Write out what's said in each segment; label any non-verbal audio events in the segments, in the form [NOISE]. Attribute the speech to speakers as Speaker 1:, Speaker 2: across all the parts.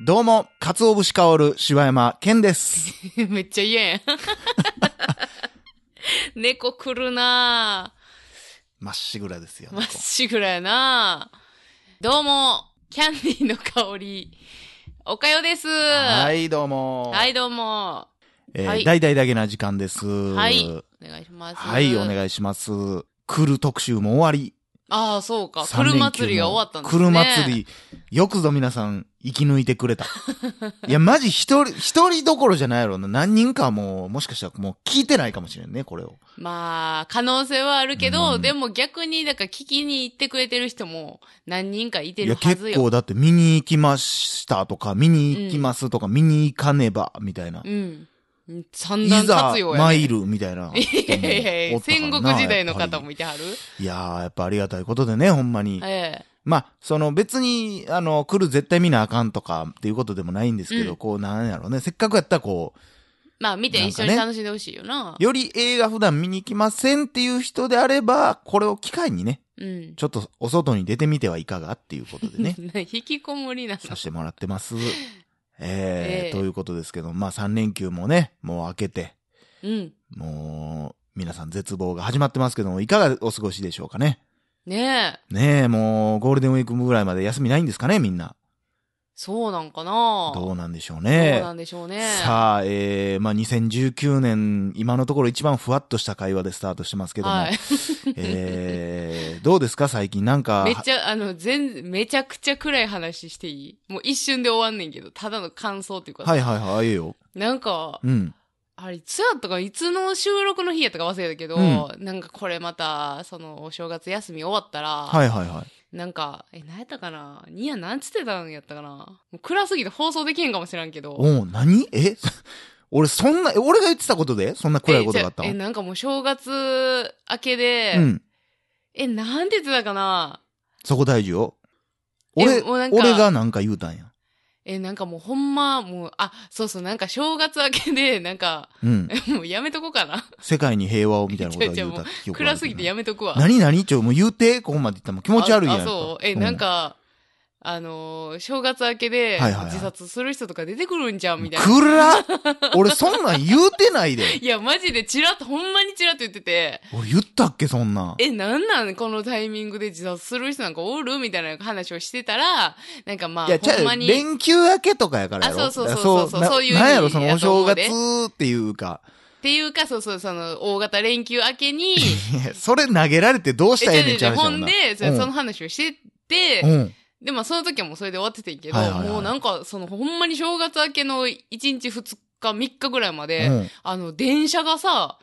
Speaker 1: どうも、かつお節香る柴山健です。
Speaker 2: [LAUGHS] めっちゃ嫌やん。猫来るなぁ。
Speaker 1: まっしぐらですよ、
Speaker 2: まっしぐらやなぁ。どうも、キャンディーの香り。おかよです。
Speaker 1: は
Speaker 2: はい。
Speaker 1: い、どうも。
Speaker 2: どうも。
Speaker 1: えー
Speaker 2: はい
Speaker 1: 大々だけな時間です。はい
Speaker 2: お願いします。
Speaker 1: はい、お願いします。来る特集も終わり。
Speaker 2: ああ、そうか。
Speaker 1: 三連休
Speaker 2: 来る
Speaker 1: も
Speaker 2: 祭りが終わったんです
Speaker 1: 来
Speaker 2: ね。
Speaker 1: る祭り。よくぞ皆さん、生き抜いてくれ
Speaker 2: [LAUGHS]
Speaker 1: た。いや、マジ一人、一人どころじゃないやろうな。何人かはもう、もしかしたらもう聞いてないかもしれんね、これを。
Speaker 2: まあ、可能性はあるけど、
Speaker 1: うん
Speaker 2: でも逆に、だから聞きに行ってくれてる人も何人かいて
Speaker 1: い
Speaker 2: る
Speaker 1: や、
Speaker 2: はず
Speaker 1: 結
Speaker 2: よ。
Speaker 1: 構だって見に行きましたとか、見に行きますとか、見に行かねば、みたいな。
Speaker 2: うん。三
Speaker 1: い
Speaker 2: 段
Speaker 1: ざ
Speaker 2: 活用、や、ね。
Speaker 1: 参る、みたいな人もおった
Speaker 2: い
Speaker 1: からな。
Speaker 2: やいやいや、戦国時代の方も
Speaker 1: やっぱ
Speaker 2: いてはる
Speaker 1: り。いやー、やっぱありがたいことでね、ほんまに。
Speaker 2: え
Speaker 1: まあ、その別に、あの、来る絶対見なあかんとかっていうことでもないんですけど、
Speaker 2: うん
Speaker 1: こう、なんやろうね。せっかくやったらこ
Speaker 2: え。まあ見て
Speaker 1: なん
Speaker 2: 一
Speaker 1: か
Speaker 2: 緒
Speaker 1: ね
Speaker 2: に楽しんでほしいよな。
Speaker 1: う、より映画普段見に行きませんっていう人であれば、これを機会にね、
Speaker 2: うん。、
Speaker 1: ちょっとお外に出てみてはいかがっていうことでね [LAUGHS]
Speaker 2: [LAUGHS] 引きこもりな
Speaker 1: さ
Speaker 2: の。
Speaker 1: せてもらってます。えー
Speaker 2: ええ
Speaker 1: ということですけど、まあ3連休もね、もう明けて、
Speaker 2: うん。
Speaker 1: もう、皆さん絶望が始まってますけども、いかがお過ごしでしょうかね。
Speaker 2: ねえ。
Speaker 1: ねえ、もう、ゴールデンウィークぐらいまで休みないんですかね、みんな。
Speaker 2: そうなんかな
Speaker 1: どうなんでしょう
Speaker 2: そう
Speaker 1: ね。
Speaker 2: なんでしょうね。
Speaker 1: さあ、えー、まあ、2019年、今のところ一番ふわっとした会話でスタートしてますけども、
Speaker 2: はい。
Speaker 1: [LAUGHS]
Speaker 2: [LAUGHS]
Speaker 1: えー、どうですか最近なんか、
Speaker 2: めっちゃ、あの、全、めちゃくちゃ暗い話していいもう一瞬で終わんねんけど、ただの感想っていうか、
Speaker 1: はいはいはい、あいいよ。
Speaker 2: なんか、
Speaker 1: うん。
Speaker 2: あれ、いつやったか、いつの収録の日やったか忘れたけど、
Speaker 1: う
Speaker 2: なんかこれまた、その、お正月休み終わったら、
Speaker 1: はいはいはい。
Speaker 2: なんか、え、何やったかなニアなんつってたんやったかなもう暗すぎて放送できへんかもしらんけど。
Speaker 1: おう何え [LAUGHS] 俺そんな、え俺が言ってたことでそんな暗いことがあった
Speaker 2: え、
Speaker 1: の
Speaker 2: じゃえなんかもう正月明けで、
Speaker 1: うん。
Speaker 2: え、なんて言ってたかな
Speaker 1: そこ大事よ。俺、
Speaker 2: えもうなんか
Speaker 1: 俺がなんか言うたんや。
Speaker 2: え、なんかもうほんま、もう、あ、そうそう、なんか正月明けで、なんか、 [LAUGHS]
Speaker 1: うん。
Speaker 2: えもうやめとこうかな。
Speaker 1: 世界に平和をみたいなことを言うた記憶があ
Speaker 2: 暗
Speaker 1: る
Speaker 2: すぎて
Speaker 1: けど
Speaker 2: やめとくわ。
Speaker 1: 何何ちょ、もう言うて、ここまで言ったらもう気持ち悪いやん。
Speaker 2: ああ、そうえ、なんか、あのー正月明けで
Speaker 1: はいはいはい
Speaker 2: 自殺する人とか出てくるんじゃんみたいな。
Speaker 1: 暗っ俺そんなん言うてないで。
Speaker 2: いや、マジでチラッと、ほんまにチラッと言ってて、
Speaker 1: 俺言ったっけそんなん。
Speaker 2: え、なんなんこのタイミングで自殺する人なんかおるみたいな話をしてたら、なんかまあ、
Speaker 1: いや、ちゃ
Speaker 2: ほん
Speaker 1: う
Speaker 2: まに。
Speaker 1: 連休明けとかやからやろ。
Speaker 2: あそうそう
Speaker 1: だから
Speaker 2: そうそう
Speaker 1: な
Speaker 2: そういう意味
Speaker 1: なんやろ、そのお
Speaker 2: やと
Speaker 1: 正
Speaker 2: 思うで
Speaker 1: 月っていうか。
Speaker 2: っていうか、そうそう、その、大型連休明
Speaker 1: [LAUGHS]
Speaker 2: けに、
Speaker 1: いやそれ投げられてどうし
Speaker 2: え、
Speaker 1: たらええねんち
Speaker 2: ちゃ
Speaker 1: ゃ
Speaker 2: う
Speaker 1: う
Speaker 2: ちゃうほんで、そ
Speaker 1: うん
Speaker 2: その話をしてて、
Speaker 1: うん。
Speaker 2: で、まあ、その時はもうそれで終わっててんけど、
Speaker 1: はいはいはい
Speaker 2: もうなんか、その、ほんまに正月明けの1日2日、3日ぐらいまで、
Speaker 1: うん。
Speaker 2: あの、電車がさ、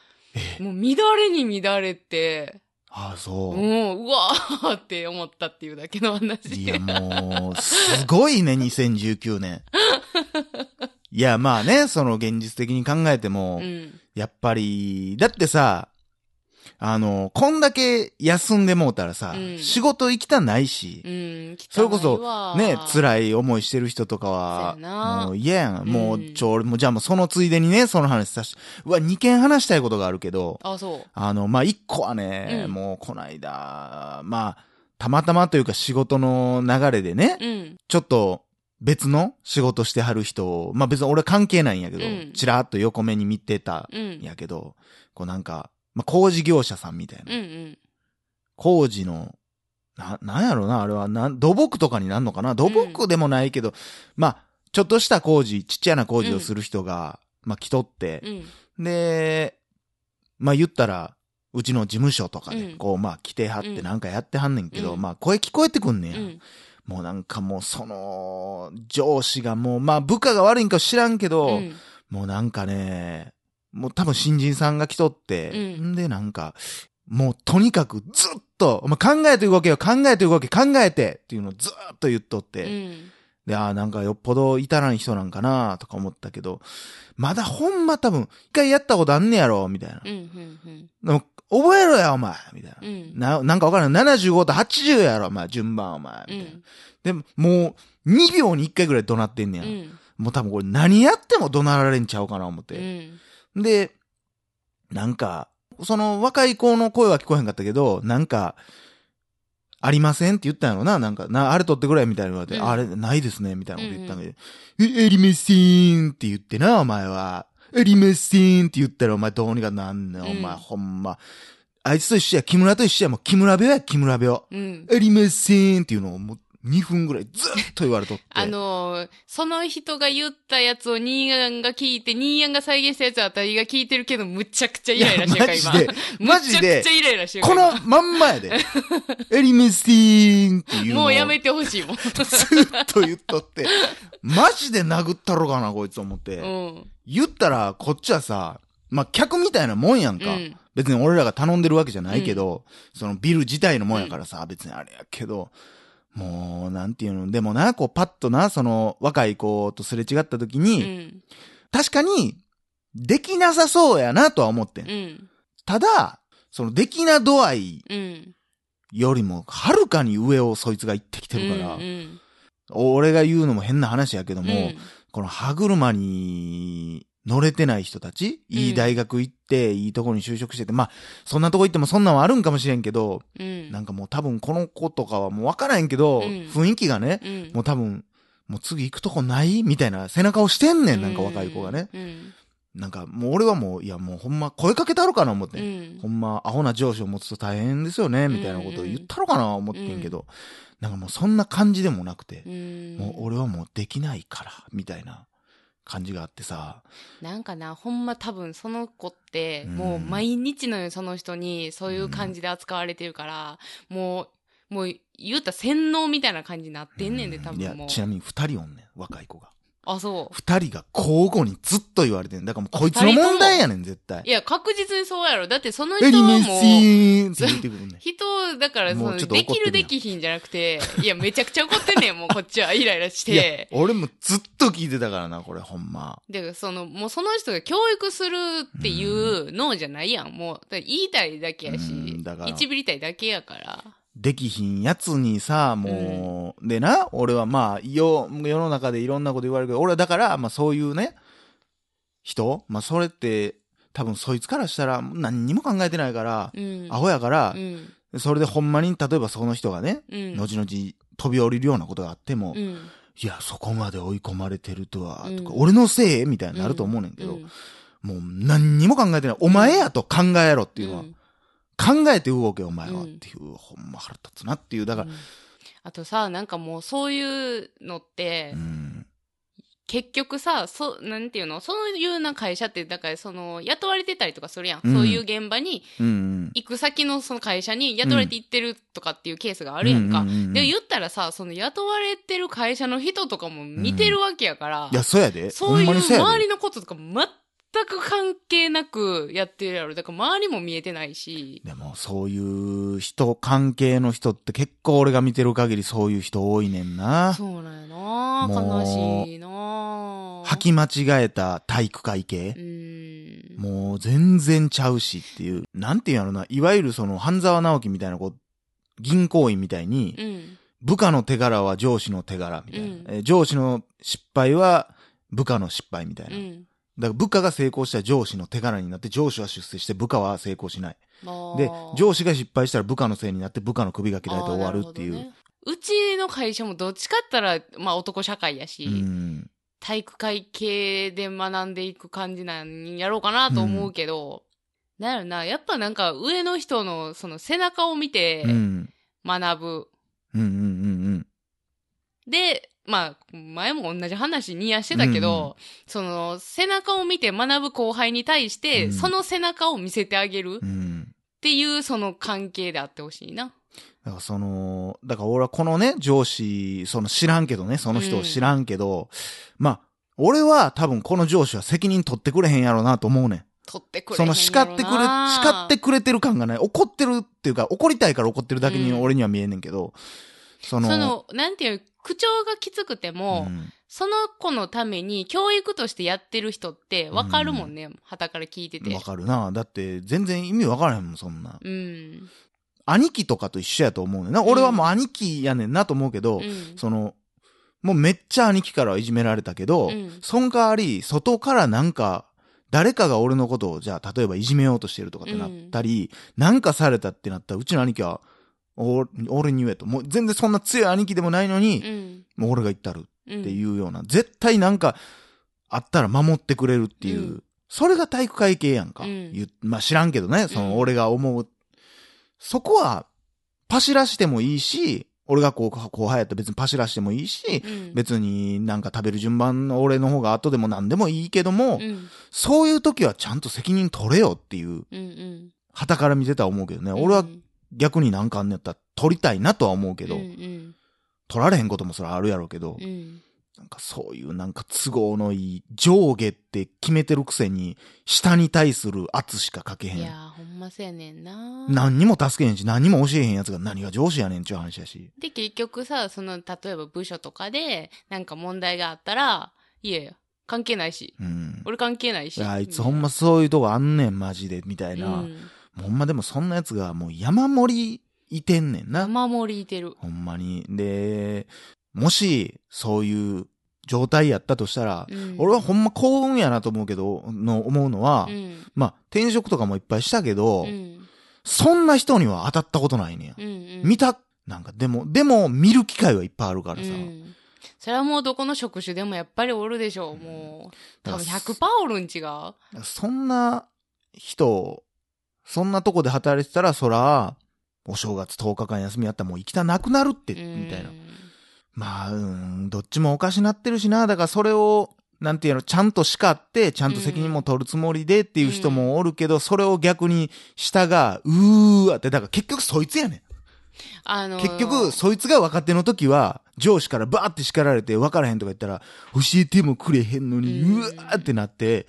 Speaker 2: もう乱れに乱れて、
Speaker 1: ああ、そう。
Speaker 2: もう、うわーって思ったっていうだけの話。
Speaker 1: いや、もう、すごいね、2019年。
Speaker 2: [LAUGHS]
Speaker 1: いや、まあね、その現実的に考えても、
Speaker 2: [LAUGHS] うん。
Speaker 1: やっぱり、だってさ、あの、こんだけ休んでもうたらさ、
Speaker 2: うん
Speaker 1: 仕事行きたないし、
Speaker 2: うん。汚いわ
Speaker 1: それこそ、ね、辛い思いしてる人とかは、
Speaker 2: そうやな
Speaker 1: もう嫌やん。もう、
Speaker 2: うん
Speaker 1: ちょ、俺もうじゃあもうそのついでにね、その話さし、うわ、二件話したいことがあるけど、
Speaker 2: あ、そう。
Speaker 1: あの、まあ、一個はね、
Speaker 2: うん
Speaker 1: もうこないだ、まあ、たまたまというか仕事の流れでね、
Speaker 2: うん。
Speaker 1: ちょっと別の仕事してはる人を、まあ、別に俺関係ないんやけど、
Speaker 2: うん
Speaker 1: ちらっと横目に見てた
Speaker 2: うんん。
Speaker 1: やけど、こうなんか、まあ、工事業者さんみたいな
Speaker 2: うん。うん。
Speaker 1: 工事の、な、なんやろな、あれは、なん、土木とかになんのかな土木でもないけど、まあ、ちょっとした工事、ちっちゃな工事をする人が、まあ、来とって
Speaker 2: う、ん。
Speaker 1: で、まあ、言ったら、うちの事務所とかで、
Speaker 2: うん
Speaker 1: こう、まあ、来てはって
Speaker 2: うん
Speaker 1: なんかやってはんねんけど、
Speaker 2: うん
Speaker 1: まあ、声聞こえてくんね
Speaker 2: うん
Speaker 1: や。
Speaker 2: うん。
Speaker 1: もうなんかもう、その、上司がもう、まあ、部下が悪いんか知らんけど、
Speaker 2: うん
Speaker 1: もうなんかね、もう多分新人さんが来とって、
Speaker 2: うん
Speaker 1: んでなんか、もうとにかくずっと、まあ、考えて動けよ、考えて動け、考えてっていうのをずっと言っとっ
Speaker 2: う
Speaker 1: て、
Speaker 2: ん。
Speaker 1: で、ああ、なんかよっぽど至らん人なんかなとか思ったけど、まだほんま多分、一回やったことあんねやろ、みたいな。
Speaker 2: うん。うん。
Speaker 1: でも、覚えろや、お前みたいな。
Speaker 2: うん。
Speaker 1: な、なんかわからん。75と80やろ、お前、順番、お前。み
Speaker 2: う
Speaker 1: たいな。
Speaker 2: ん。
Speaker 1: でも、もう、2秒に1回ぐらい怒鳴ってんね
Speaker 2: う
Speaker 1: や。
Speaker 2: ん。
Speaker 1: もう多分これ何やっても怒鳴られんちゃうかな、思って。
Speaker 2: うん。
Speaker 1: で、なんか、その若い子の声は聞こえへんかったけど、なんか、ありませんって言ったんやろな。なんか、な、あれ取ってくれみたいな言われて、
Speaker 2: うん
Speaker 1: あれないですね、みたいなこと言ったんだけど、え、ありませんって言ってな、お前は。ありませんって言ったら、お前どうにかなんねん、お前、
Speaker 2: うん
Speaker 1: ほんま。あいつと一緒や、木村と一緒や、もう木村病や、木村病。
Speaker 2: うん。
Speaker 1: ありませんっていうのをもう2分ぐらいずっと言われとって。
Speaker 2: [LAUGHS] あのーその人が言ったやつをニーヤンが聞いて、ニーヤンが再現したやつは私が聞いてるけど、むちゃくちゃイライラしてるから、今。
Speaker 1: いやマジでマジで
Speaker 2: むちゃくちゃイライラしてるか
Speaker 1: こ
Speaker 2: ら。
Speaker 1: のまんまや
Speaker 2: [LAUGHS]
Speaker 1: で。エリメスティーンっていうのを
Speaker 2: もうやめてほしいもん。
Speaker 1: ずっと言っとって、マジで殴ったろかな、こいつ思って。
Speaker 2: うん。
Speaker 1: 言ったら、こっちはさ、まあ、客みたいなもんやん
Speaker 2: う
Speaker 1: か。
Speaker 2: ん。
Speaker 1: 別に俺らが頼んでるわけじゃないけど、そのビル自体のもんやからさ、別にあれやけど、もう、なんていうの、でもな、こう、パッとな、その、若い子とすれ違った時
Speaker 2: う
Speaker 1: に、
Speaker 2: ん。
Speaker 1: 確かに、できなさそうやなとは思ってん。
Speaker 2: うん。
Speaker 1: ただ、その、できな度合い
Speaker 2: うん。
Speaker 1: よりも、はるかに上をそいつが行ってきてるから、
Speaker 2: うんうん
Speaker 1: 俺が言うのも変な話やけど
Speaker 2: うん
Speaker 1: も、この歯車に乗れてない人たち、いい大学行って、いいとこに就職してて、まあ、そんなとこ行ってもそんなんはあるんかもしれんけど、
Speaker 2: うん。
Speaker 1: なんかもう多分この子とかはもうわからへんけど、
Speaker 2: うん
Speaker 1: 雰囲気がね、
Speaker 2: うん
Speaker 1: もう多分、もう次行くとこないみたいな背中をしてんねん、なんか若い子がね。。
Speaker 2: うん。
Speaker 1: なんかもう俺はもう、いやもうほんま声かけたろかな思って。
Speaker 2: うんん
Speaker 1: ほ。んま、アホな上司を持つと大変ですよね、みたいなことを言ったろかな思ってんけど、なんかもうそんな感じでもなくて
Speaker 2: う、ん
Speaker 1: もう俺はもうできないから、みたいな感じがあってさ、
Speaker 2: なんかな、ほんま多分その子って、
Speaker 1: うん
Speaker 2: もう毎日のようにその人にそういう感じで扱われてるから、もう、もう言うたら洗脳みたいな感じになってんねんで、
Speaker 1: う
Speaker 2: 多
Speaker 1: いや
Speaker 2: 分もう、。
Speaker 1: ちなみに二人おんねん、若い子が。
Speaker 2: あ、そ
Speaker 1: 二人が交互にずっと言われてん。だからもうこいつの問題やねん、絶対
Speaker 2: う。い。や、確実にそうやろ。だってその人
Speaker 1: エリ
Speaker 2: は
Speaker 1: メッ
Speaker 2: もう、。
Speaker 1: シーンって言ってくるね
Speaker 2: 人、だからそ
Speaker 1: もう
Speaker 2: の、
Speaker 1: ちょっと
Speaker 2: で
Speaker 1: 怒ってる
Speaker 2: き
Speaker 1: やん
Speaker 2: るできひんじゃなくて、いや、めちゃくちゃ怒ってんねん、もうこっちはイライラし
Speaker 1: いや
Speaker 2: て、。
Speaker 1: 俺もずっと聞いてたからな、これほんま。
Speaker 2: で、その、もうその人が教育するっていう脳じゃないやん。もう、だから言いたいだけや
Speaker 1: うん
Speaker 2: し
Speaker 1: だから、
Speaker 2: いちびりたいだけやから。
Speaker 1: できひんやつにさ、もう、でな、俺はまあ、よ、世の中でいろんなこと言われるけど、俺はだから、まあそういうね、人まあそれって、多分そいつからしたら何にも考えてないから、
Speaker 2: うん。
Speaker 1: アホやから
Speaker 2: う、ん。
Speaker 1: それでほんまに、例えばその人がね、
Speaker 2: うん。
Speaker 1: 後々飛び降りるようなことがあっても、
Speaker 2: う
Speaker 1: い
Speaker 2: ん。
Speaker 1: や、そこまで追い込まれてるとは、とか、
Speaker 2: うん
Speaker 1: 俺のせいみたいになると思うねんけど、もう何にも考えてない。お前やと考えろっていうのは、
Speaker 2: ん
Speaker 1: 考えて動けお前はっ
Speaker 2: うん
Speaker 1: ていう、ほんま腹立つなっていう、だから
Speaker 2: う、んあとさ、なんかもうそういうのって、
Speaker 1: うん、
Speaker 2: 結局さ、そ、なんていうのそういうような会社って、だからその、雇われてたりとかするやん。
Speaker 1: うん
Speaker 2: そういう現場に、
Speaker 1: うん、うん。
Speaker 2: 行く先のその会社に雇われて行ってるとかっていうケースがあるやんか。
Speaker 1: ううううん
Speaker 2: で、言ったらさ、その雇われてる会社の人とかも見てるわけやから、
Speaker 1: いや、そうやで。
Speaker 2: そうい
Speaker 1: ほんま
Speaker 2: う
Speaker 1: にそうや
Speaker 2: 周
Speaker 1: で。
Speaker 2: りのこととか全く関係なくやってるやろ。だから周りも見えてないし。
Speaker 1: でも、そういう人、関係の人って結構俺が見てる限りそういう人多いねんな。
Speaker 2: そうなんやな
Speaker 1: もう
Speaker 2: 悲しいな
Speaker 1: 履き間違えた体育会系
Speaker 2: う。ーん。
Speaker 1: もう全然ちゃうしっていう、なんていうんやろな、いわゆるその半沢直樹みたいなこう、銀行員みたいに、
Speaker 2: うん。
Speaker 1: 部下の手柄は上司の手柄みたいな、
Speaker 2: うん
Speaker 1: えー上司の失敗は部下の失敗みたいうな。だから
Speaker 2: ん。
Speaker 1: 部下が成功したら上司の手柄になって、上司は出世して部下は成功しない。で、上司が失敗したら部下のせいになって部下の首が切られて終わるってい
Speaker 2: あーな
Speaker 1: う。
Speaker 2: ほどねうちの会社もどっちかったら、まあ男社会やし、
Speaker 1: うん。
Speaker 2: 体育会系で学んでいく感じなんやろうかなと思うけど、なんやろな、やっぱなんか上の人のその背中を見て
Speaker 1: うん。
Speaker 2: 学ぶ。
Speaker 1: うんうんうん
Speaker 2: で、まあ、前も同じ話にやしてたけど、その、背中を見て学ぶ後輩に対して、
Speaker 1: うん
Speaker 2: その背中を見せてあげ
Speaker 1: うん。う
Speaker 2: る
Speaker 1: ん。
Speaker 2: っていう、その関係であってほしいな。
Speaker 1: だからその、だから俺はこのね、上司、その知らんけどね、その人を知らんけど、まあ、俺は多分この上司は責任取ってくれへんやろうなと思うねん。
Speaker 2: 取ってくれ
Speaker 1: そ
Speaker 2: へん
Speaker 1: の
Speaker 2: やろな
Speaker 1: 叱ってくれ、叱ってくれてる感がない。怒ってるっていうか、怒りたいから怒ってるだけに
Speaker 2: うん
Speaker 1: 俺には見えんねんけど、その、
Speaker 2: その、なんていう、口調がきつくても、
Speaker 1: うん
Speaker 2: その子のために教育としてやってる人ってわかるもんね。旗から聞いてて
Speaker 1: わ。かるな。だって全然意味わからへんもん、そんな。
Speaker 2: うん。
Speaker 1: 兄貴とかと一緒やと思うねんな。俺はもう兄貴やねんなと思うけど、
Speaker 2: うん
Speaker 1: その、もうめっちゃ兄貴からはいじめられたけど、
Speaker 2: うん
Speaker 1: その代わり、外からなんか、誰かが俺のことを、じゃあ、例えばいじめようとしてるとかってなったり、なんかされたってなったら、うちの兄貴は、お俺に言えと。もう全然そんな強い兄貴でもないのに、
Speaker 2: うん。
Speaker 1: もう俺が言ったる
Speaker 2: うん。
Speaker 1: っていうような、絶対なんか、あったら守ってくれるっていう、
Speaker 2: うん
Speaker 1: それが体育会系やんか。
Speaker 2: うん
Speaker 1: 言うまあ知らんけどね、そ
Speaker 2: うん
Speaker 1: の俺が思う。そこは、パシらしてもいいし、俺がこう、後輩やったら別にパシらしてもいいし、
Speaker 2: うん。
Speaker 1: 別になんか食べる順番、俺の方が後でも何でもいいけども、
Speaker 2: うん。
Speaker 1: そういう時はちゃんと責任取れよっていう、
Speaker 2: うん。うん。
Speaker 1: 旗から見てたら思うけどね、
Speaker 2: うん
Speaker 1: 俺は逆になんかあんねやったら取りたいなとは思うけど、
Speaker 2: うん。うん
Speaker 1: 取られへんこともそれはあるやろうけど、
Speaker 2: うん。
Speaker 1: なんかそういうなんか都合のいい上下って決めてるくせに、下に対する圧しかかけへ
Speaker 2: いや
Speaker 1: ん。
Speaker 2: ー、ほんまそうやねんな。
Speaker 1: 何にも助けへんし、何にも教えへんやつが何が上司やねんちゅう話やし。
Speaker 2: で、結局さ、その、例えば部署とかで、なんか問題があったら、いやいや、関係ないし。
Speaker 1: うん。
Speaker 2: 俺関係ないし。
Speaker 1: いやあいつほんまそういうとこあんねん、マジで、みた
Speaker 2: う
Speaker 1: い
Speaker 2: ん、
Speaker 1: な。
Speaker 2: う
Speaker 1: も
Speaker 2: ん。
Speaker 1: うほんまでもそんなやつがもう山盛りいてんねんな。
Speaker 2: 雨漏りいてる。
Speaker 1: ほんまに。で、もし、そういう状態やったとしたら、
Speaker 2: うん、
Speaker 1: 俺はほんま幸運やなと思うけど、の思うのは、
Speaker 2: うん。
Speaker 1: まあ、転職とかもいっぱいしたけど、
Speaker 2: うん。
Speaker 1: そんな人には当たったことないねん。
Speaker 2: うん。うん
Speaker 1: 見た、なんかでも、でも見る機会はいっぱいあるからさ。
Speaker 2: うんそれはもうどこの職種でもやっぱりおるでしょう、もう。多分100%おるん違う
Speaker 1: そんな人、そんなとこで働いてたら、そら、お正月10日間休みやったらもう行きたなくなるって、
Speaker 2: うん
Speaker 1: みたいな。まあ、うん、どっちもおかしなってるしな。だからそれを、なんていうの、ちゃんと叱って、ちゃんと責任も取るつもりでっていう人もおるけど、それを逆に下が、うーわって、だから結局そいつやねん。
Speaker 2: あのー
Speaker 1: 結局、そいつが若手の時は、上司からバーって叱られて、分からへんとか言ったら、教えてもくれへんのに、
Speaker 2: うん
Speaker 1: うわーってなって、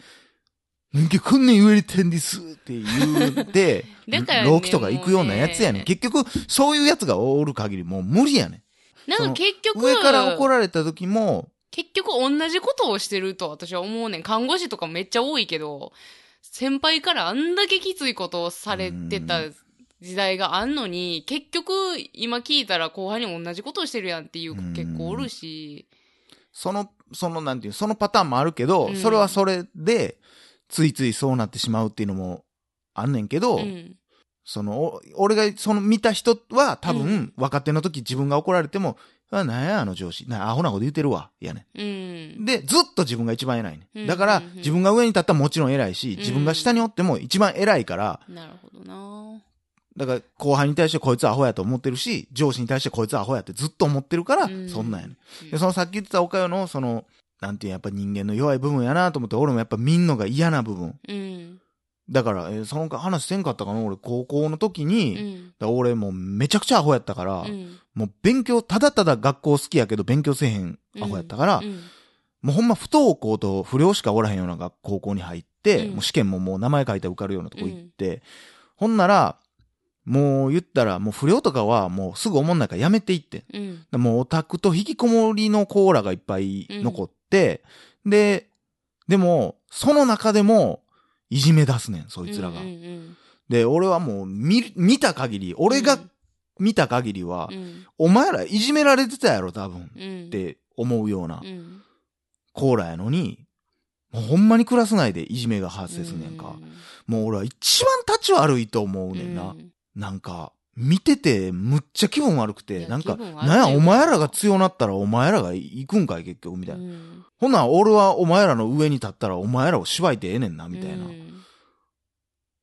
Speaker 1: なんかこんなん言われてんですって言
Speaker 2: [LAUGHS]
Speaker 1: って、
Speaker 2: だからね
Speaker 1: 老期とか行くようなやつやね。
Speaker 2: もうんね
Speaker 1: 結局、そういうやつがおる限りもう無理やね
Speaker 2: なんか結
Speaker 1: ん。
Speaker 2: 局、
Speaker 1: 上から怒られた時も、
Speaker 2: 結局同じことをしてると私は思うねん。看護師とかめっちゃ多いけど、先輩からあんだけきついことをされてた時代があんのに、結局今聞いたら後輩に同じことをしてるやんっていう子結構おるし、
Speaker 1: その、その、なんていう、そのパターンもあるけど、
Speaker 2: うん
Speaker 1: それはそれで、ついついそうなってしまうっていうのもあんねんけど、
Speaker 2: うん。
Speaker 1: その、お俺がその見た人は多分、
Speaker 2: うん
Speaker 1: 若手の時自分が怒られても、あ、なんやあの上司、なアホなこと言うてるわ、やね
Speaker 2: うん
Speaker 1: ん。。で、ずっと自分が一番偉いね
Speaker 2: うん
Speaker 1: ん。だから、
Speaker 2: うん
Speaker 1: 自分が上に立ったらもちろん偉いし、
Speaker 2: ん
Speaker 1: 自分が下におっても一番偉いから、
Speaker 2: なるほどな
Speaker 1: だから後輩に対してこいつアホやと思ってるし、上司に対してこいつアホやってずっと思ってるから、
Speaker 2: うん
Speaker 1: そんなんやねん。
Speaker 2: うん
Speaker 1: で、そのさっき言ってたおかよの、その、なんていうやっぱ人間の弱い部分やなと思って、俺もやっぱ見んのが嫌な部分。
Speaker 2: うん。
Speaker 1: だから、えーその話せんかったかな俺高校の時
Speaker 2: う
Speaker 1: に、だから
Speaker 2: ん。
Speaker 1: 俺もうめちゃくちゃアホやったから、
Speaker 2: うん。
Speaker 1: もう勉強、ただただ学校好きやけど勉強せえへんアホやったから、
Speaker 2: うん。
Speaker 1: もうほんま不登校と不良しかおらへんような学高校に入って、
Speaker 2: うん
Speaker 1: もう試験ももう名前書いて受かるようなとこ行って、ほんなら、もう言ったら、もう不良とかはもうすぐ思んないからやめていってん。
Speaker 2: うん。
Speaker 1: もうオタクと引きこもりのコーラがいっぱい残って、で、でも、その中でも、いじめ出すねん、そいつらが。
Speaker 2: うんうん
Speaker 1: で、俺はもう、見、見た限り、俺が見た限りは、
Speaker 2: うん。
Speaker 1: お前らいじめられてたやろ、多分、
Speaker 2: うん。
Speaker 1: っ、て思うような
Speaker 2: うん。
Speaker 1: コーラやのに、もうほんまにクラス内でいじめが発生すんねんか。もう俺は一番立ち悪いと思う
Speaker 2: うん。
Speaker 1: ねんな
Speaker 2: う。ん。
Speaker 1: なんか、見ててむっちゃ気分悪く
Speaker 2: い
Speaker 1: て、
Speaker 2: や
Speaker 1: なんか、
Speaker 2: 気分悪いよ
Speaker 1: なんや、お前らが強なったらお前らが行くんかい、結局、みたいな。
Speaker 2: うん
Speaker 1: ほんなら俺はお前らの上に立ったらお前らを縛いてええねんな、みたいな
Speaker 2: う。ん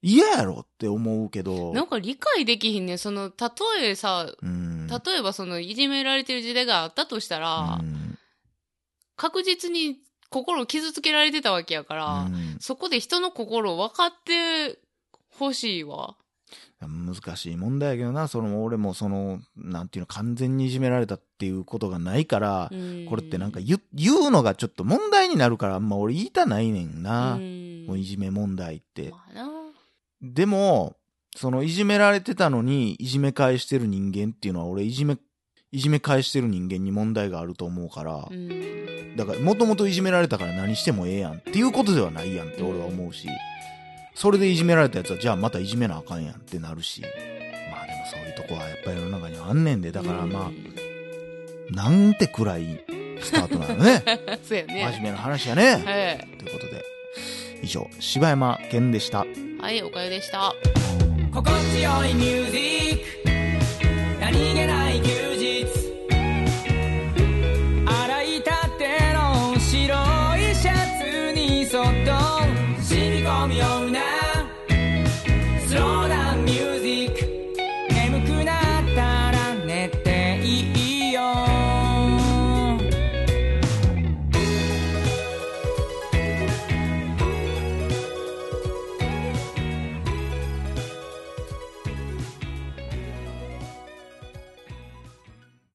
Speaker 1: 嫌やろって思うけど、
Speaker 2: なんか理解できひんねんその、たとえさ、
Speaker 1: うん。
Speaker 2: 例えばその、いじめられてる時代があったとしたら、
Speaker 1: うん
Speaker 2: 確実に心を傷つけられてたわけやから、
Speaker 1: うん
Speaker 2: そこで人の心を分かってほしいわ。
Speaker 1: 難しい問題やけどな、その俺もその、なんていうの、完全にいじめられたっていうことがないから、これってなんか
Speaker 2: い
Speaker 1: 言言うのがちょっと問題になるから、あんま俺言いたないねんな。
Speaker 2: うん
Speaker 1: もういじめ問題って。
Speaker 2: まあな
Speaker 1: でも、そのいじめられてたのに、いじめ返してる人間っていうのは、俺いじめ、いじめ返してる人間に問題があると思うから
Speaker 2: う、ん
Speaker 1: だから、もともといじめられたから何してもええやんっていうことではないやんって俺は思うし、それでいじめられたやつは、じゃあまたいじめなあかんやんってなるし、まあでもそういうとこはやっぱり世の中にはあんねんで、だからま
Speaker 2: う
Speaker 1: あ、なんて暗いスタートなのね。
Speaker 2: ん [LAUGHS] そう
Speaker 1: 真
Speaker 2: や
Speaker 1: 面
Speaker 2: ね。
Speaker 1: 目な話やね。
Speaker 2: はい。
Speaker 1: ということで、以上、柴山健でした。
Speaker 2: はい、おかゆでした。
Speaker 3: 心地よいミュージック流げない休日洗いたての白いシャツにそっと染み込むような